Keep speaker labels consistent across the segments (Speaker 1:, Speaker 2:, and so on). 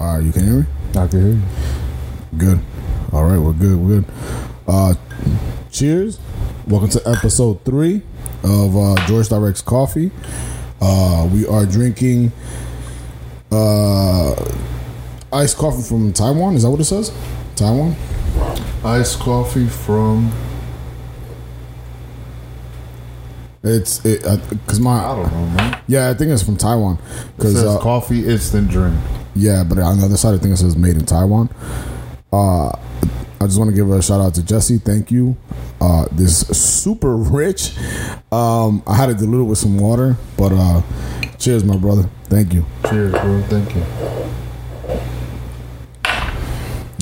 Speaker 1: You can hear me?
Speaker 2: I can hear you.
Speaker 1: Good. All right, we're good. We're good. Uh, cheers. Welcome to episode three of uh, George Directs Coffee. Uh, we are drinking uh, iced coffee from Taiwan. Is that what it says? Taiwan?
Speaker 2: Iced coffee from
Speaker 1: It's it because
Speaker 2: I
Speaker 1: my
Speaker 2: don't know, man.
Speaker 1: yeah I think it's from Taiwan
Speaker 2: It
Speaker 1: because
Speaker 2: uh-huh. says
Speaker 1: uh,
Speaker 2: coffee instant drink.
Speaker 1: Yeah, but on the other side, I think it says made in Taiwan. Uh, I just want to give a shout out to Jesse. Thank you. Uh, this is super rich. Um, I had to dilute it with some water, but uh, cheers, my brother. Thank you.
Speaker 2: Cheers, bro. Thank you.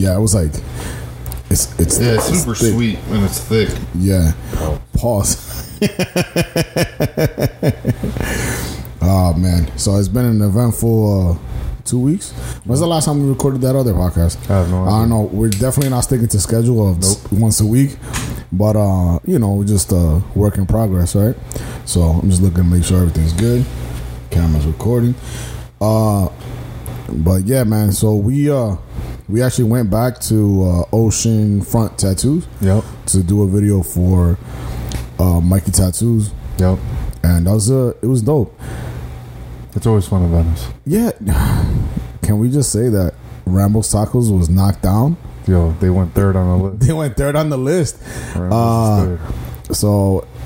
Speaker 1: Yeah, it was like it's it's
Speaker 2: Yeah, it's super
Speaker 1: thick.
Speaker 2: sweet and it's thick.
Speaker 1: Yeah. Pause. oh man. So it's been an eventful uh, two weeks. When's the last time we recorded that other podcast?
Speaker 2: I have no
Speaker 1: I don't know. We're definitely not sticking to schedule of s- once a week. But uh, you know, we're just uh work in progress, right? So I'm just looking to make sure everything's good. Camera's recording. Uh but yeah, man, so we uh we actually went back to uh, Ocean Front Tattoos
Speaker 2: Yep.
Speaker 1: to do a video for uh, Mikey Tattoos,
Speaker 2: Yep.
Speaker 1: and that was uh, it was dope.
Speaker 2: It's always fun in Venice.
Speaker 1: Yeah, can we just say that Rambo's Tacos was knocked down?
Speaker 2: Yo, they went third on the list.
Speaker 1: They went third on the list,
Speaker 2: Ramos is
Speaker 1: Uh,
Speaker 2: third.
Speaker 1: so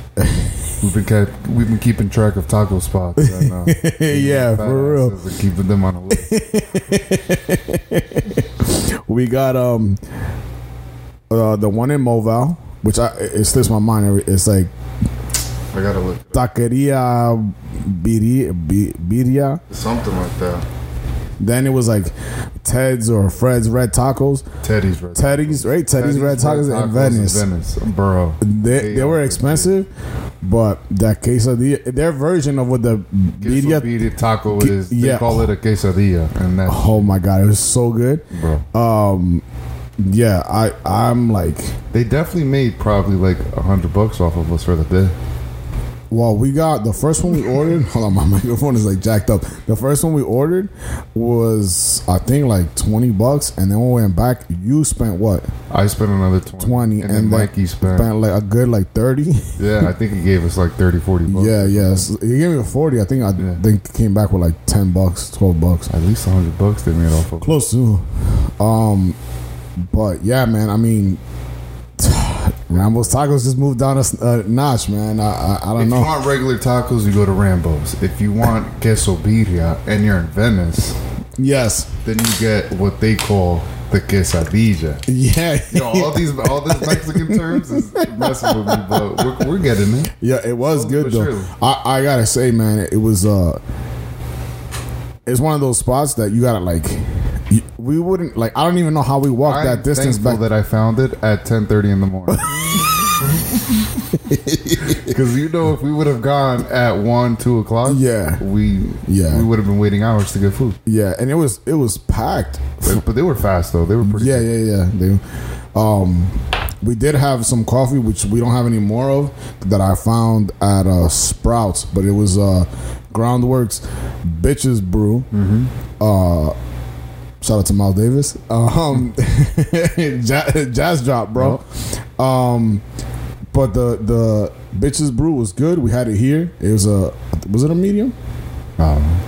Speaker 2: We've been kept, we've been keeping track of taco spots. Right now.
Speaker 1: yeah,
Speaker 2: Fat
Speaker 1: for real.
Speaker 2: asses and keeping them on the list.
Speaker 1: We got um uh, the one in Moval, which I it slips my mind. every- It's like
Speaker 2: I gotta look. it up.
Speaker 1: Taqueria Biri- Bi- Birria.
Speaker 2: Something like that.
Speaker 1: Then it was like Ted's or Fred's Red Tacos.
Speaker 2: Teddy's red.
Speaker 1: Teddy's, right? Teddy's, Red Tacos, in Venice.
Speaker 2: Venice, bro.
Speaker 1: They, they were expensive, but that quesadilla, their version of what the birria,
Speaker 2: Beat taco
Speaker 1: Ki-
Speaker 2: is. They
Speaker 1: yeah.
Speaker 2: call it a quesadilla, and that's
Speaker 1: oh my god, it was so good.
Speaker 2: bro.
Speaker 1: Um, yeah, I I'm like,
Speaker 2: They definitely made probably like a hundred bucks off of us for the day.
Speaker 1: well, we got the first one we ordered. hold on, my microphone is like jacked up. The first one we ordered was I think like twenty bucks, and then when we went back, you spent what
Speaker 2: I spent another twenty,
Speaker 1: twenty,
Speaker 2: and, then Mikey spent.
Speaker 1: spent like a good like thirty.
Speaker 2: Yeah, I think he gave us like 30, 40 bucks.
Speaker 1: Yeah, yeah. So he gave me a forty. I think I
Speaker 2: Yeah.
Speaker 1: think came back with like ten bucks, twelve bucks.
Speaker 2: at least a hundred bucks they made off of.
Speaker 1: Close to. Um, but yeah, man. I mean, Rambo's Tacos just moved down a, s- a notch, man. I I, I
Speaker 2: If
Speaker 1: don't
Speaker 2: you
Speaker 1: know.
Speaker 2: want regular tacos, you go to Rambo's. If you want quesadilla and you're in Venice,
Speaker 1: Yes.
Speaker 2: then you get what they call the quesadilla.
Speaker 1: Yeah.
Speaker 2: Yo, all these all these Mexican terms is messing with me, but we're, we're getting it.
Speaker 1: Yeah, it was
Speaker 2: Slowly
Speaker 1: good
Speaker 2: but
Speaker 1: though.
Speaker 2: surely.
Speaker 1: I, I gotta say, man, it was uh it's one of those spots that you gotta like you- we wouldn't like I don't even know how we walked
Speaker 2: I'm
Speaker 1: that distance
Speaker 2: thankful
Speaker 1: back.
Speaker 2: that I found it at 10:30 in the morning. Because you know, if we would have gone at one, two o'clock,
Speaker 1: Yeah.
Speaker 2: we
Speaker 1: Yeah.
Speaker 2: we would have been waiting hours to get food.
Speaker 1: yeah, and it was it was packed.
Speaker 2: But, but they were fast though; they were pretty.
Speaker 1: Yeah, yeah, yeah. They, um, we did have some coffee, which we don't have any more of, that I found at uh, Sprouts, but it was uh, Groundworks Bitches Brew. Mm-hmm. Uh, shout out to Miles Davis. Um, jazz, jazz drop, bro. Um, but the the Bitches Brew was good. We had it here. It was a was it a medium?
Speaker 2: Um,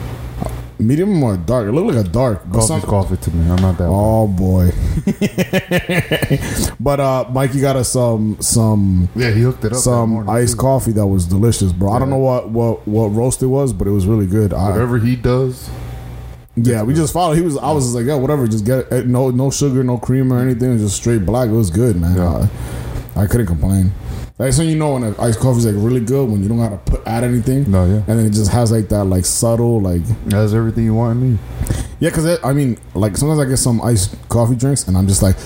Speaker 1: Medium or dark? It looked like a dark. but
Speaker 2: coffee's
Speaker 1: some-
Speaker 2: coffee to me. I'm not that.
Speaker 1: Oh boy. but uh Mikey got us some some
Speaker 2: yeah, he hooked it up. that
Speaker 1: some
Speaker 2: morning,
Speaker 1: iced
Speaker 2: too.
Speaker 1: coffee that was delicious, bro. I don't
Speaker 2: Yeah.
Speaker 1: know what what what roast it was, but it was really good. I,
Speaker 2: Whatever he does,
Speaker 1: yeah, we just followed. He was I was just like, yeah, whatever, just get it. no no sugar, no cream or anything, just straight black. It was good, man.
Speaker 2: Yeah.
Speaker 1: I, I couldn't complain. That's when you know when an iced coffee's like really good when you don't gotta put add anything.
Speaker 2: no, yeah,
Speaker 1: And then it just has like that like subtle like
Speaker 2: that's everything you want in me.
Speaker 1: Yeah, because I mean, like sometimes I get some iced coffee drinks, and I'm just like,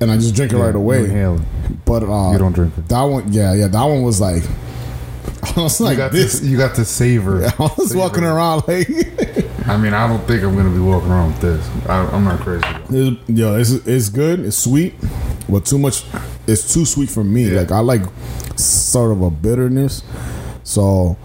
Speaker 1: and I just drink it right
Speaker 2: You
Speaker 1: away.
Speaker 2: inhale it.
Speaker 1: But uh,
Speaker 2: You don't drink it.
Speaker 1: that one. Yeah, yeah, that one was like, I was
Speaker 2: You
Speaker 1: like
Speaker 2: got
Speaker 1: this.
Speaker 2: this. You got to savor. it.
Speaker 1: I was walking around like,
Speaker 2: I mean, I don't think I'm gonna be walking around with this. I, I'm not crazy. Though.
Speaker 1: It's- yo, it's it's good, it's sweet, but too much. It's too sweet for me.
Speaker 2: Yeah.
Speaker 1: Like I like sort of a bitterness, so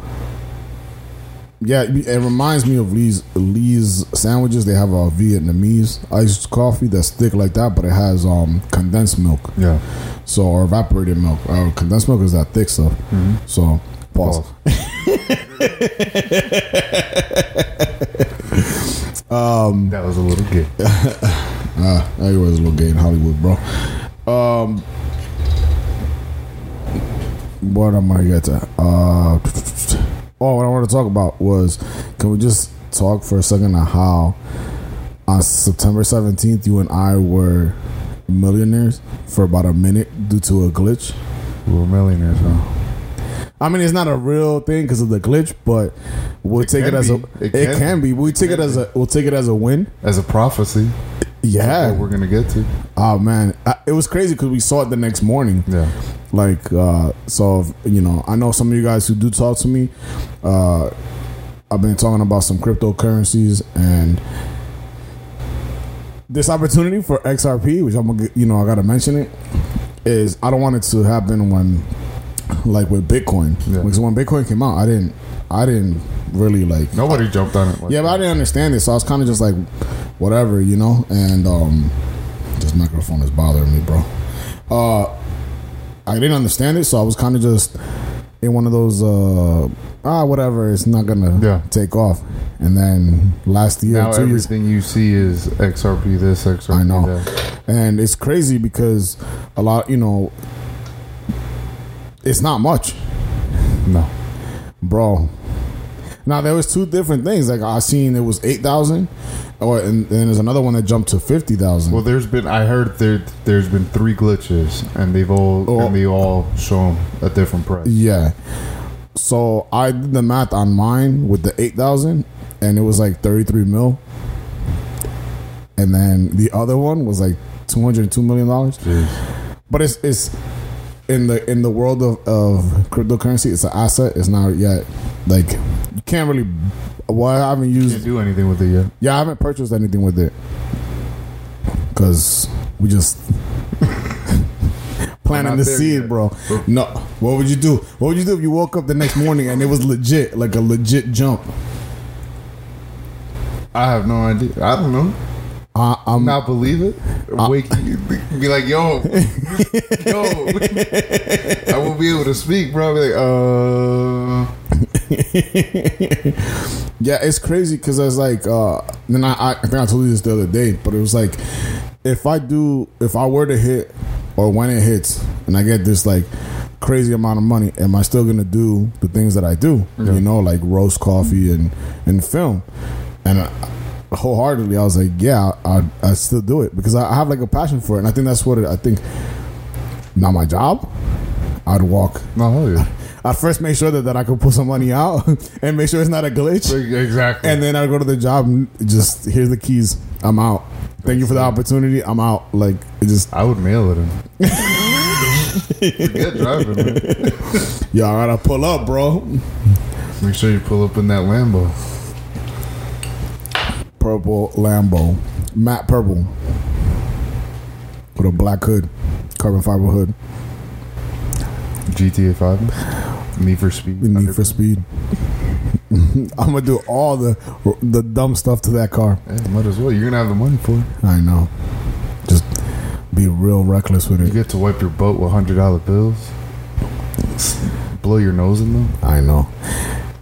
Speaker 1: Yeah, it it reminds me of Lee's Lee's sandwiches. They have a Vietnamese iced coffee that's thick like that, but it has um, condensed milk,
Speaker 2: Yeah.
Speaker 1: so or evaporated milk. Uh, condensed milk is that thick stuff. So pause.
Speaker 2: Pause. um, that was a little good.
Speaker 1: Ah, everywhere's a little gay in Hollywood, bro. Um, what am I get to? Uh, oh, what I want to talk about was, can we just talk for a second on how on September seventeenth you and I were millionaires for about a minute due to a glitch.
Speaker 2: We were millionaires now.
Speaker 1: I mean, it's not a real thing because of the glitch, but we'll
Speaker 2: It
Speaker 1: take it
Speaker 2: can
Speaker 1: as a.
Speaker 2: be.
Speaker 1: It,
Speaker 2: It
Speaker 1: can,
Speaker 2: can
Speaker 1: be. We take it
Speaker 2: Can
Speaker 1: as a. We'll take it as a win.
Speaker 2: As a prophecy,
Speaker 1: Yeah.
Speaker 2: what we're gonna get to.
Speaker 1: Oh man, I, it was crazy because we saw it the next morning.
Speaker 2: Yeah.
Speaker 1: Like, uh, so you know, I know some of you guys who do talk to me. Uh, I've been talking about some cryptocurrencies and this opportunity for XRP, which I'm gonna, get- you know, I gotta mention it. Is I don't want it to happen when, like, with Bitcoin,
Speaker 2: Yeah.
Speaker 1: because when Bitcoin came out, I didn't, I didn't really like
Speaker 2: Nobody jumped on it. Like
Speaker 1: yeah, but I didn't understand it, so I was kind of just like, whatever, you know. And um, this microphone is bothering me, bro. Uh, I didn't understand it, so I was kind of just in one of those uh, ah, whatever. It's not gonna
Speaker 2: Yeah.
Speaker 1: take off. And then last year,
Speaker 2: Now
Speaker 1: two years,
Speaker 2: everything you see is XRP this, XRP
Speaker 1: I know.
Speaker 2: that.
Speaker 1: and it's crazy because a lot, you know, it's not much.
Speaker 2: No.
Speaker 1: bro. Now there was two different things. Like I seen it was eight thousand, or and, and there's another one that jumped to fifty thousand.
Speaker 2: Well, there's been I heard there there's been three glitches and they've all
Speaker 1: Oh.
Speaker 2: and they all shown a different price.
Speaker 1: yeah. So I did the math on mine with the eight thousand, and it was like thirty three mil. And then the other one was like two hundred two million dollars.
Speaker 2: Jeez.
Speaker 1: But it's it's in the in the world of, of cryptocurrency, it's an asset. It's not yet like you can't really. Well, I haven't used
Speaker 2: Can't do anything with it yet.
Speaker 1: Yeah, I haven't purchased anything with it because we just planting
Speaker 2: not
Speaker 1: the
Speaker 2: there
Speaker 1: seed,
Speaker 2: yet.
Speaker 1: bro. No, what would you do? What would you do if you woke up the next morning and it was legit, like a legit jump?
Speaker 2: I have no idea. I don't know.
Speaker 1: I, I'm
Speaker 2: Not believe it.
Speaker 1: Uh,
Speaker 2: Wake, be like, yo, yo. I won't be able to speak, bro. I'll be like, uh,
Speaker 1: yeah, it's crazy because I was like, uh, then I, I I think I told you this the other day, but it was like, if I do, if I were to hit, or when it hits, and I get this like crazy amount of money, am I still gonna do the things that I do? You know, like roast coffee and and film, and. I, wholeheartedly i was like yeah i i still do it because I, I have like a passion for it and i think that's what it, i think not my job i'd walk
Speaker 2: no, hell yeah.
Speaker 1: i first make sure that, that i could pull some money out and make sure it's not a glitch
Speaker 2: exactly.
Speaker 1: and then I go to the job and just here's the keys. I'm out. Thank you for the opportunity. I'm out. Like it just
Speaker 2: I would mail it in. Forget driving. Man.
Speaker 1: yeah, all right, I pull up, bro.
Speaker 2: Make sure you pull up in that Lambo.
Speaker 1: Purple Lambo. Matte purple. With a black hood. Carbon fiber hood.
Speaker 2: GTA Five. Need for Speed.
Speaker 1: We need for
Speaker 2: Underground.
Speaker 1: speed. I'm gonna do all the the dumb stuff to that car.
Speaker 2: Yeah, might as well. You're gonna have the money for it.
Speaker 1: I know. Just be real reckless with
Speaker 2: You
Speaker 1: it.
Speaker 2: get to wipe your butt with hundred dollar bills. S- Blow your nose in them.
Speaker 1: I know.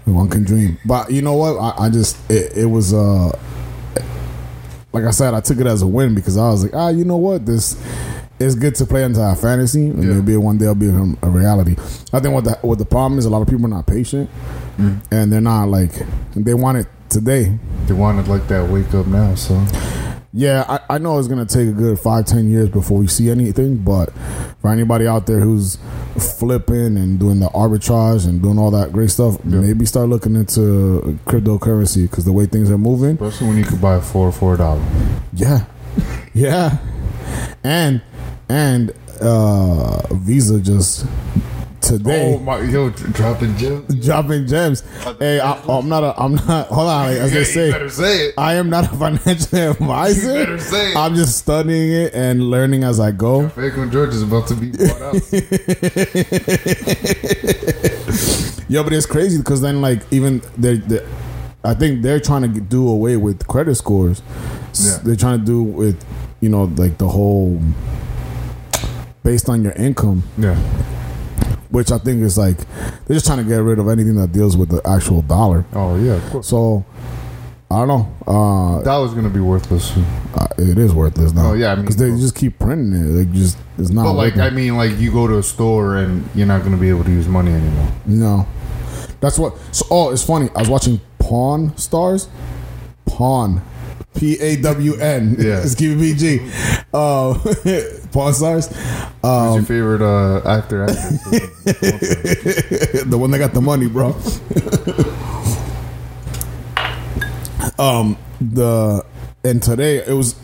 Speaker 1: One can dream. But you know what? I, I just it, it was uh like I said, I took it as a win because I was like, ah, you know what? This it's good to play into our fantasy and
Speaker 2: Yeah.
Speaker 1: maybe one day it'll be a, a reality. I think what the what the problem is a lot of people are not patient and they're not like they want it today.
Speaker 2: They wanted like that wake up now. So
Speaker 1: Yeah, I, I know it's gonna take a good five, ten years before we see anything, but for anybody out there who's flipping and doing the arbitrage and doing all that great stuff,
Speaker 2: Yeah.
Speaker 1: maybe start looking into cryptocurrency because the way things are moving,
Speaker 2: especially when you could buy four for a dollar.
Speaker 1: yeah, yeah, and and uh, Visa just today.
Speaker 2: Oh my! Yo, dr- dropping gems.
Speaker 1: Dropping gems. Hey, I, I'm not a. I'm not. Hold on. Like, as
Speaker 2: Yeah,
Speaker 1: they
Speaker 2: you
Speaker 1: say,
Speaker 2: better say it.
Speaker 1: I am not a financial advisor.
Speaker 2: better say it.
Speaker 1: I'm just studying it and learning as I go.
Speaker 2: Franklin George is about to be bought out.
Speaker 1: Yeah, but it's crazy because then like even they, they I think they're trying to get- do away with credit scores. S-
Speaker 2: Yeah.
Speaker 1: They're trying to do with you know like the whole based on your income,
Speaker 2: Yeah.
Speaker 1: which I think is like they're just trying to get rid of anything that deals with the actual dollar.
Speaker 2: Oh yeah. Of course.
Speaker 1: So I don't know. Uh,
Speaker 2: Dollar's gonna be worthless.
Speaker 1: uh, it is worthless now.
Speaker 2: Oh, yeah, I mean-
Speaker 1: because they just keep printing it. Like just it's not.
Speaker 2: But like,
Speaker 1: working.
Speaker 2: I mean, like you go to a store and you're not gonna be able to use money anymore.
Speaker 1: No. That's what. So, oh, it's funny. I was watching Pawn Stars. Pawn. P A W N.
Speaker 2: Yeah.
Speaker 1: It's giving me G. Uh, Pawn Stars.
Speaker 2: Who's
Speaker 1: Um,
Speaker 2: your favorite uh, actor? actress?
Speaker 1: the one that got the money, bro. um, the and today it was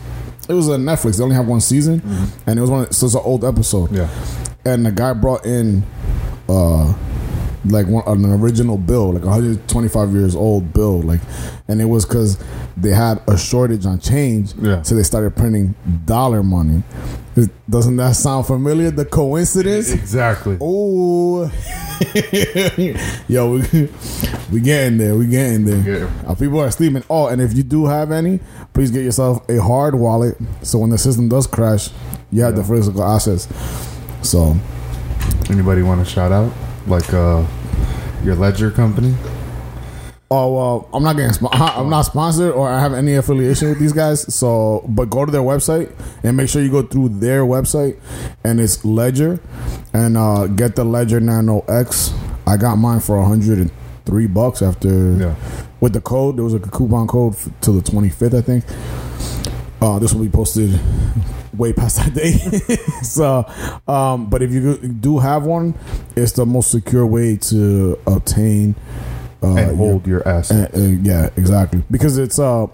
Speaker 1: it was on Netflix. They only have one season, and it was one. So it's an old episode.
Speaker 2: yeah.
Speaker 1: and the guy brought in uh like one an original bill like 125 years old bill like and it was because they had a shortage on change
Speaker 2: Yeah.
Speaker 1: so they started printing dollar money Is- doesn't that sound familiar the coincidence
Speaker 2: Exactly.
Speaker 1: oh yo we, we getting there we getting there
Speaker 2: Yeah.
Speaker 1: uh, people are sleeping oh and if you do have any please get yourself a hard wallet so when the system does crash you have the
Speaker 2: Yeah.
Speaker 1: physical assets so
Speaker 2: Anybody want to shout out? Like uh, your ledger company?
Speaker 1: Oh well, I'm not getting. Spo- I'm not sponsored, or I have any affiliation with these guys. So, but go to their website and make sure you go through their website, and it's Ledger, and uh, get the Ledger Nano X. I got mine for 103 bucks after
Speaker 2: Yeah.
Speaker 1: with the code. There was a coupon code f- till the 25th, I think. Uh, this will be posted way past that day. so, um, but if you do have one, it's the most secure way to obtain uh,
Speaker 2: And
Speaker 1: your-
Speaker 2: hold your ass.
Speaker 1: uh, uh, yeah, exactly. Because it's uh,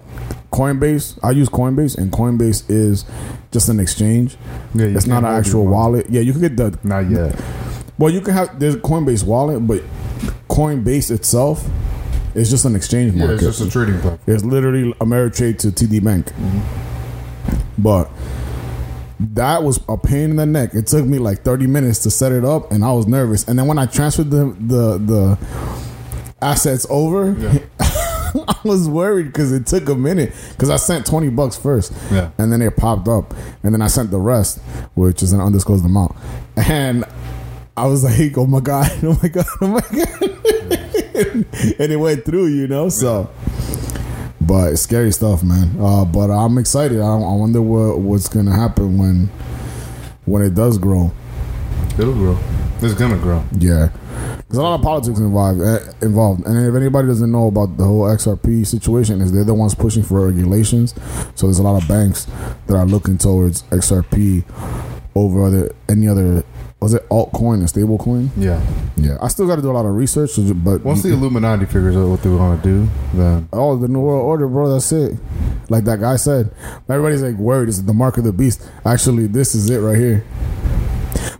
Speaker 1: Coinbase. I use Coinbase, and Coinbase is just an exchange.
Speaker 2: Yeah, you
Speaker 1: it's not
Speaker 2: can't
Speaker 1: an
Speaker 2: hold
Speaker 1: actual
Speaker 2: your money.
Speaker 1: wallet. Yeah, you can get the.
Speaker 2: Not yet.
Speaker 1: Well, you can have there's a Coinbase wallet, but Coinbase itself is just an exchange
Speaker 2: Yeah,
Speaker 1: market.
Speaker 2: it's just a trading platform.
Speaker 1: It's literally Ameritrade to TD Bank.
Speaker 2: Mm-hmm.
Speaker 1: But that was a pain in the neck. It took me like 30 minutes to set it up, and I was nervous. And then when I transferred the the, the assets over,
Speaker 2: Yeah.
Speaker 1: I was worried because it took a minute. Because I sent 20 bucks first,
Speaker 2: Yeah.
Speaker 1: and then it popped up, and then I sent the rest, which is an undisclosed amount. And I was like, oh my God, oh my God, oh my God. and it went through, you know? So. But it's scary stuff, man. Uh, but I'm excited. I, I wonder what what's gonna happen when when it does grow.
Speaker 2: It'll grow. It's gonna grow.
Speaker 1: Yeah, there's a lot of politics involved. Uh, involved, and if anybody doesn't know about the whole XRP situation, is they're the ones pushing for regulations. So there's a lot of banks that are looking towards XRP over other any other. Was it altcoin or stablecoin?
Speaker 2: Yeah.
Speaker 1: Yeah, I still got to do a lot of research, so ju- but
Speaker 2: Once the Illuminati figures out what they want to do, then
Speaker 1: Oh, the New World Order, bro. That's it. Like that guy said, everybody's like, "Word, this is the mark of the beast." Actually, this is it right here.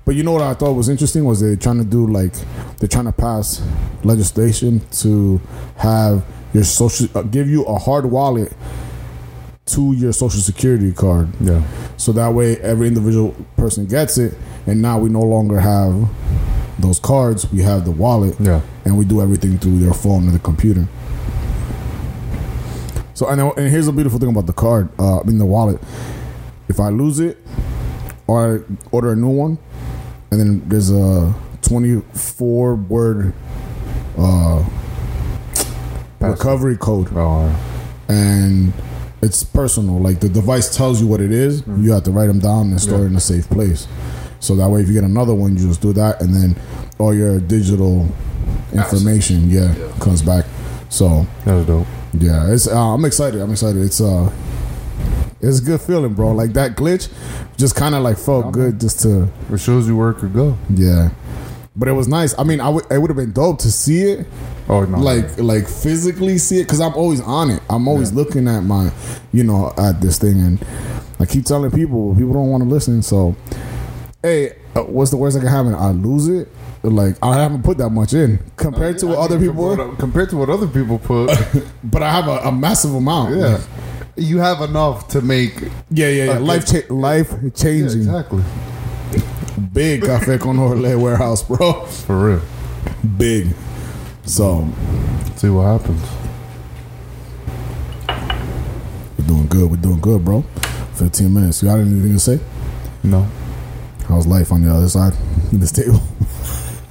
Speaker 1: But you know what I thought was interesting was they're trying to do like they're trying to pass legislation to have your social uh, give you a hard wallet to your social security card,
Speaker 2: yeah,
Speaker 1: so that way every individual person gets it, and now we no longer have those cards. We have the wallet
Speaker 2: yeah,
Speaker 1: and we do everything through their phone and the computer. So and and here's the beautiful thing about the card, uh, I mean the wallet. If I lose it, or I order a new one, and then there's a 24 word uh,
Speaker 2: Password.
Speaker 1: recovery code,
Speaker 2: oh,
Speaker 1: and it's personal. Like the device tells you what it is, you have to write them down and store it in a safe place. So that way, if you get another one, you just do that, and then all your digital information, yeah, comes back. So
Speaker 2: that's dope.
Speaker 1: yeah, it's uh, I'm excited. I'm excited. It's uh, it's a good feeling, bro. Like that glitch, just kind of like felt good, just to
Speaker 2: It shows you where it could go.
Speaker 1: yeah. But it was nice. I mean, I would it would have been dope to see it
Speaker 2: Oh no,
Speaker 1: like like physically see it because I'm always on it. I'm always looking at my, you know, at this thing, and I keep telling people, people don't want to listen. So, hey, uh, what's the worst that can happen? I lose it. Like I haven't put that much in compared to what
Speaker 2: I
Speaker 1: other
Speaker 2: mean,
Speaker 1: people,
Speaker 2: compared, compared to what other people put.
Speaker 1: but I have a, a massive amount.
Speaker 2: yeah, you have enough to make
Speaker 1: yeah, yeah, yeah.
Speaker 2: Okay.
Speaker 1: Life, cha- life
Speaker 2: Yeah,
Speaker 1: changing.
Speaker 2: exactly
Speaker 1: Big cafe con Orle warehouse, bro.
Speaker 2: for real.
Speaker 1: Big. So
Speaker 2: See what happens.
Speaker 1: good. We're doing good, bro. 15 minutes. You got anything to say?
Speaker 2: No.
Speaker 1: How's life on the other side of this table?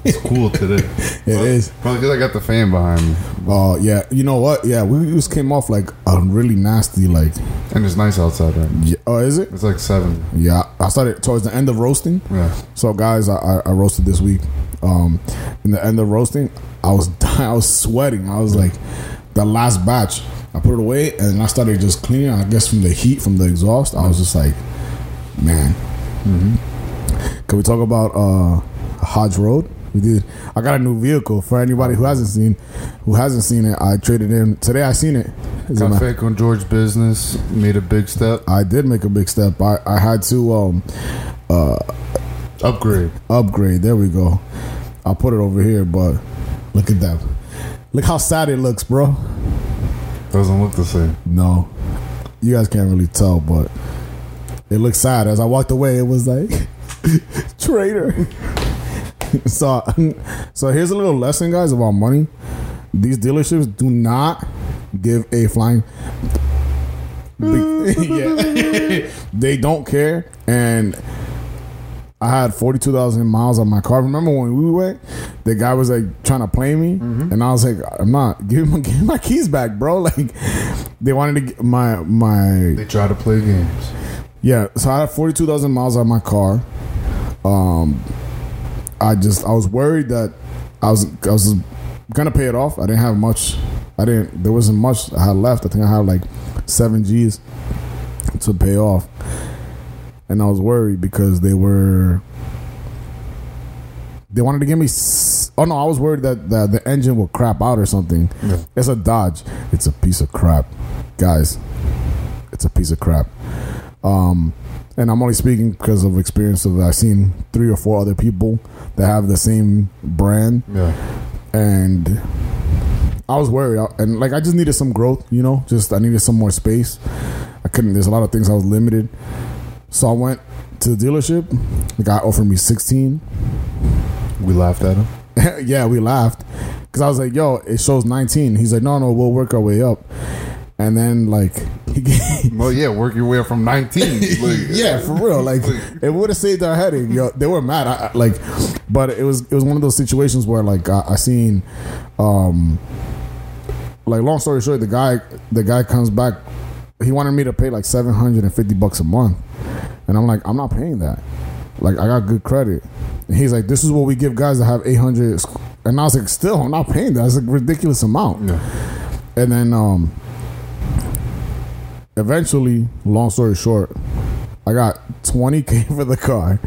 Speaker 2: It's cool today.
Speaker 1: It is.
Speaker 2: Probably because I got the fan behind me.
Speaker 1: Uh, yeah, you know what? Yeah, we we just came off like a really nasty, like,
Speaker 2: And it's nice outside right now.
Speaker 1: yeah, oh, is it?
Speaker 2: It's like seven.
Speaker 1: Yeah, I started towards the end of roasting.
Speaker 2: Yeah.
Speaker 1: So, guys, I, I, I roasted this week. Um, in the end of roasting, I was dying, I was sweating. I was like, the last batch, I put it away and I started just cleaning. I guess from the heat, from the exhaust, I was just like, man. Can we talk about uh, Hodge Road? We did. I got a new vehicle for anybody who hasn't seen, who hasn't seen it. I traded in today. I seen it. It's in my-
Speaker 2: Got fake on George business. Made a big step.
Speaker 1: I did make a big step. I, I had to um,
Speaker 2: Upgrade.
Speaker 1: upgrade. There we go. I'll put it over here, but look at that. Look how sad it looks, bro.
Speaker 2: Doesn't look the same.
Speaker 1: No, you guys can't really tell, but it looks sad. As I walked away, it was like traitor. so, so here's a little lesson, guys, about money. These dealerships do not give a flying. Be- yeah, they don't care, and I had forty two thousand miles on my car. Remember when we went? The guy was like trying to play me, and I was like, "I'm not. Give me, give me my keys back, bro." Like they wanted to get my my
Speaker 2: They try to play games.
Speaker 1: yeah, so I had forty two thousand miles on my car. Um, I just I was worried that I was I was gonna pay it off. I didn't have much. I didn't. There wasn't much I had left. I think I had like seven G's to pay off, and I was worried because they were. They wanted to give me. s- Oh no! I was worried that, that the engine would crap out or something.
Speaker 2: Yeah.
Speaker 1: It's a Dodge. It's a piece of crap, guys. It's a piece of crap. Um, and I'm only speaking because of experience of I've seen three or four other people that have the same brand,
Speaker 2: Yeah.
Speaker 1: and I was worried. I- And like I just needed some growth, you know. Just I needed some more space. I couldn't. There's a lot of things I was limited. So I went to the dealership. The guy offered me 16.
Speaker 2: We laughed at him.
Speaker 1: yeah, we laughed because I was like, "Yo, it shows 19." He's like, "No, no, we'll work our way up." And then like he gave,
Speaker 2: Well, yeah, work your way up from 19. Like,
Speaker 1: yeah, for real. Like it would have saved our headache. Yo, they were mad. I, I- like, but it was it was one of those situations where like I, I seen, um, like long story short, the guy the guy comes back. He wanted me to pay like seven hundred and fifty bucks a month, and I'm like, I'm not paying that. Like I got good credit. And he's like, this is what we give guys that have eight hundred. And I was like, still, I'm not paying that. That's a ridiculous amount
Speaker 2: Yeah.
Speaker 1: and then um eventually long story short i got 20k for the car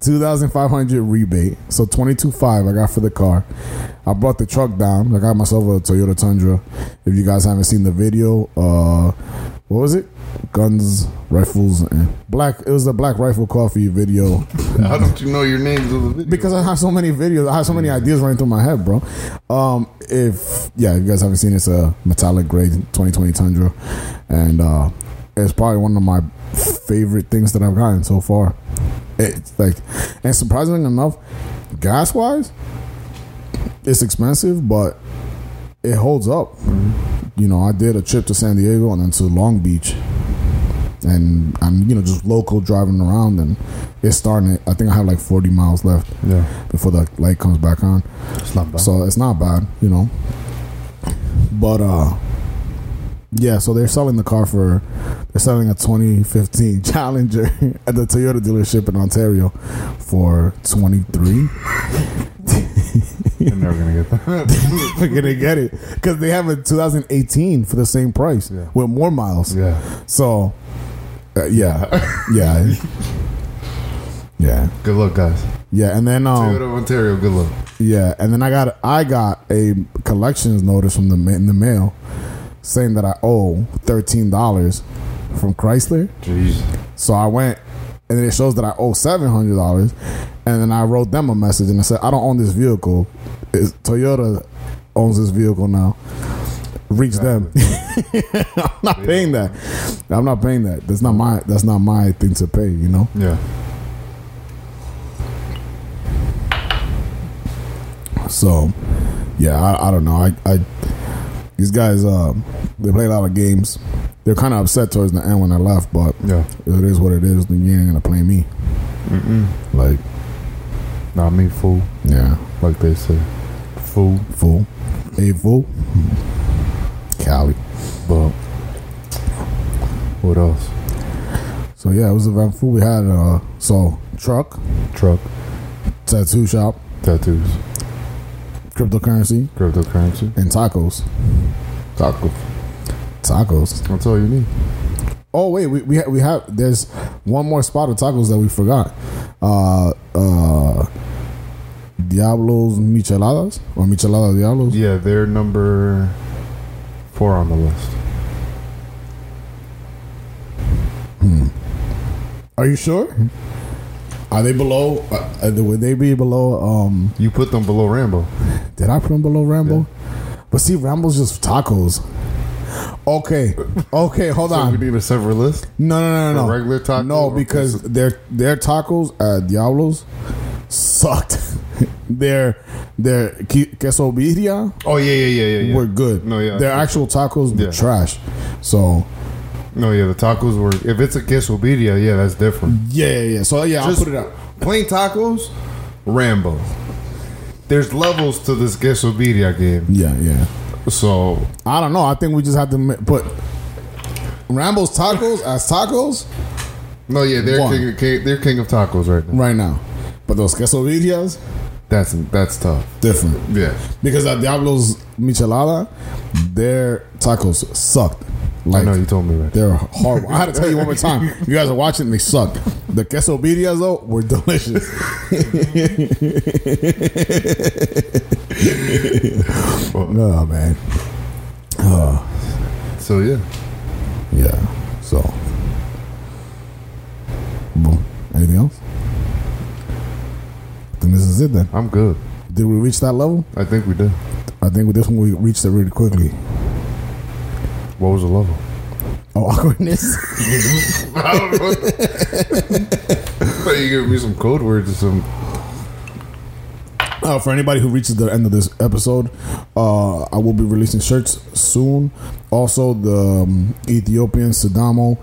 Speaker 1: 2500 rebate so 22.5 i got for the car i brought the truck down i got myself a toyota tundra if you guys haven't seen the video uh what was it guns rifles and black it was the black rifle coffee video
Speaker 2: How don't you know your names of the video?
Speaker 1: because I have so many videos, I have so many ideas running through my head, bro. Um, if yeah, if you guys haven't seen, it, it's a metallic gray 2020 Tundra, and uh, it's probably one of my favorite things that I've gotten so far. It's like, and surprisingly enough, gas wise, it's expensive, but it holds up. You know, I did a trip to San Diego and then to Long Beach, and I'm you know just local driving around, and it's starting. To, I think I have like 40 miles left
Speaker 2: yeah.
Speaker 1: before the light comes back on.
Speaker 2: It's not bad.
Speaker 1: So it's not bad, you know. But uh yeah, so they're selling the car for they're selling a 2015 Challenger at the Toyota dealership in Ontario for 23.
Speaker 2: You're never going to get that.
Speaker 1: We're gonna get it because they have a 2018 for the same price
Speaker 2: Yeah.
Speaker 1: with more miles.
Speaker 2: yeah.
Speaker 1: So uh, yeah, yeah, yeah,
Speaker 2: Good luck, guys.
Speaker 1: yeah, and then um,
Speaker 2: Toyota of Ontario, good luck.
Speaker 1: Yeah, and then I got I got a collections notice from the ma- in the mail saying that I owe thirteen dollars from Chrysler.
Speaker 2: Jeez.
Speaker 1: So I went, and then it shows that I owe seven hundred dollars, and then I wrote them a message and I said I don't own this vehicle. It's, Toyota owns this vehicle now. Reach them. I'm not paying that. I'm not paying that. That's not my. That's not my thing to pay. You know.
Speaker 2: Yeah.
Speaker 1: So, uh, yeah, I, I don't know. I, I these guys um, they play a lot of games, They're kind of upset towards the end when I left, but
Speaker 2: Yeah.
Speaker 1: it is what it is. You ain't gonna play me.
Speaker 2: Mm-mm.
Speaker 1: Like,
Speaker 2: Not me, fool.
Speaker 1: yeah,
Speaker 2: Like they say. Fool.
Speaker 1: fool, a fool, Cali.
Speaker 2: But what else?
Speaker 1: So yeah, it was eventful. We had uh, so truck,
Speaker 2: Truck,
Speaker 1: tattoo shop,
Speaker 2: tattoos,
Speaker 1: cryptocurrency,
Speaker 2: cryptocurrency,
Speaker 1: and tacos.
Speaker 2: tacos.
Speaker 1: Tacos.
Speaker 2: That's all you need.
Speaker 1: Oh wait, we we, ha- we have there's one more spot of tacos that we forgot. Uh, uh, Diablos Micheladas or Michelada Diablos.
Speaker 2: Yeah, they're number four on the list.
Speaker 1: Are you sure?
Speaker 2: Mm-hmm.
Speaker 1: Are they below? Uh, uh, would they be below? Um,
Speaker 2: You put them below Rambo.
Speaker 1: did I put them below Rambo? But see, Rambo's just tacos. Okay, okay, hold
Speaker 2: So
Speaker 1: on.
Speaker 2: we need a separate list.
Speaker 1: No, no, no, no,
Speaker 2: For
Speaker 1: no.
Speaker 2: regular taco?
Speaker 1: No, because their their tacos at Diablos sucked. their their que- quesobirria
Speaker 2: Oh yeah, yeah, yeah, yeah. yeah.
Speaker 1: were good.
Speaker 2: No, yeah,
Speaker 1: their
Speaker 2: for
Speaker 1: actual tacos were
Speaker 2: Yeah.
Speaker 1: trash. So
Speaker 2: No, yeah, the tacos were. If it's a quesobedia, yeah, that's different.
Speaker 1: yeah, yeah, yeah. So yeah,
Speaker 2: Just
Speaker 1: I'll put it up.
Speaker 2: Plain tacos, Rambo. There's levels to this quesobedia game.
Speaker 1: Yeah, yeah.
Speaker 2: So
Speaker 1: I don't know. I think we just have to ma- put Rambo's tacos as tacos
Speaker 2: no, yeah, they're
Speaker 1: One.
Speaker 2: king, of- king, they're king of tacos right now.
Speaker 1: right now, but those quesobirrias
Speaker 2: That's that's tough.
Speaker 1: different
Speaker 2: Yeah,
Speaker 1: because at Diablos Michelada, their tacos sucked. Like
Speaker 2: I know you told me that.
Speaker 1: They're horrible. I had to tell you one more time. You guys are watching, they suck. The quesobirrias, though, were delicious. oh, man.
Speaker 2: So yeah,
Speaker 1: Yeah. So. Boom. Anything else? I think this is it then.
Speaker 2: I'm good.
Speaker 1: Did we reach that level?
Speaker 2: I think we did.
Speaker 1: I think with this one we reached it really quickly.
Speaker 2: What was the level?
Speaker 1: Oh, awkwardness.
Speaker 2: I don't know. Thought you give me some code words or some.
Speaker 1: Uh, for anybody who reaches the end of this episode, uh, I will be releasing shirts soon. Also, the um, Ethiopian Sadamo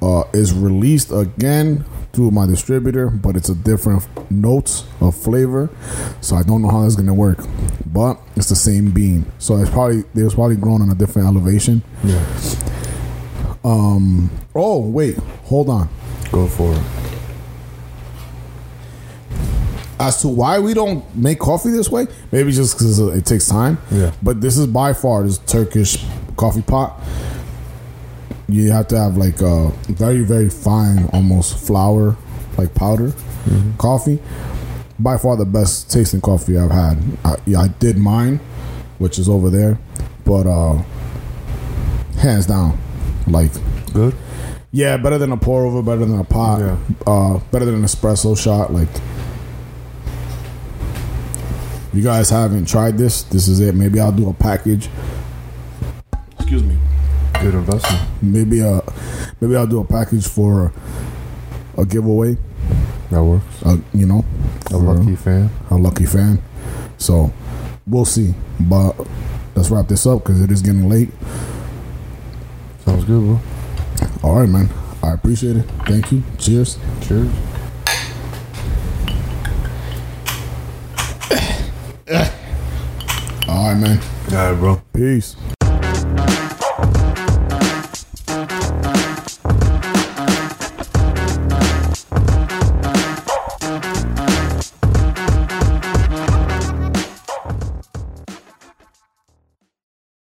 Speaker 1: uh, is released again through my distributor, but it's a different notes of flavor, so I don't know how that's gonna work. But it's the same bean, so it's probably it was probably grown on a different elevation.
Speaker 2: Yeah,
Speaker 1: Oh wait, hold on.
Speaker 2: go for it.
Speaker 1: as to why we don't make coffee this way, maybe just because it takes time.
Speaker 2: Yeah.
Speaker 1: But this is by far this Turkish coffee pot. You have to have like a very very fine, almost flour like powder coffee. By far the best tasting coffee I've had. I, yeah, I did mine, which is over there, but uh, hands down, like
Speaker 2: Good.
Speaker 1: yeah, better than a pour over, better than a pot,
Speaker 2: Yeah.
Speaker 1: uh, better than an espresso shot. Like, you guys haven't tried this. This is it. Maybe I'll do a package. Excuse me.
Speaker 2: Good investment.
Speaker 1: Maybe uh, maybe I'll do a package for a giveaway.
Speaker 2: That works.
Speaker 1: Uh, you know,
Speaker 2: A lucky fan.
Speaker 1: a lucky fan. So we'll see. But let's wrap this up because it is getting late.
Speaker 2: Sounds good, bro.
Speaker 1: All right, man. I appreciate it. Thank you. Cheers.
Speaker 2: Cheers.
Speaker 1: All right, man.
Speaker 2: All right, bro.
Speaker 1: Peace.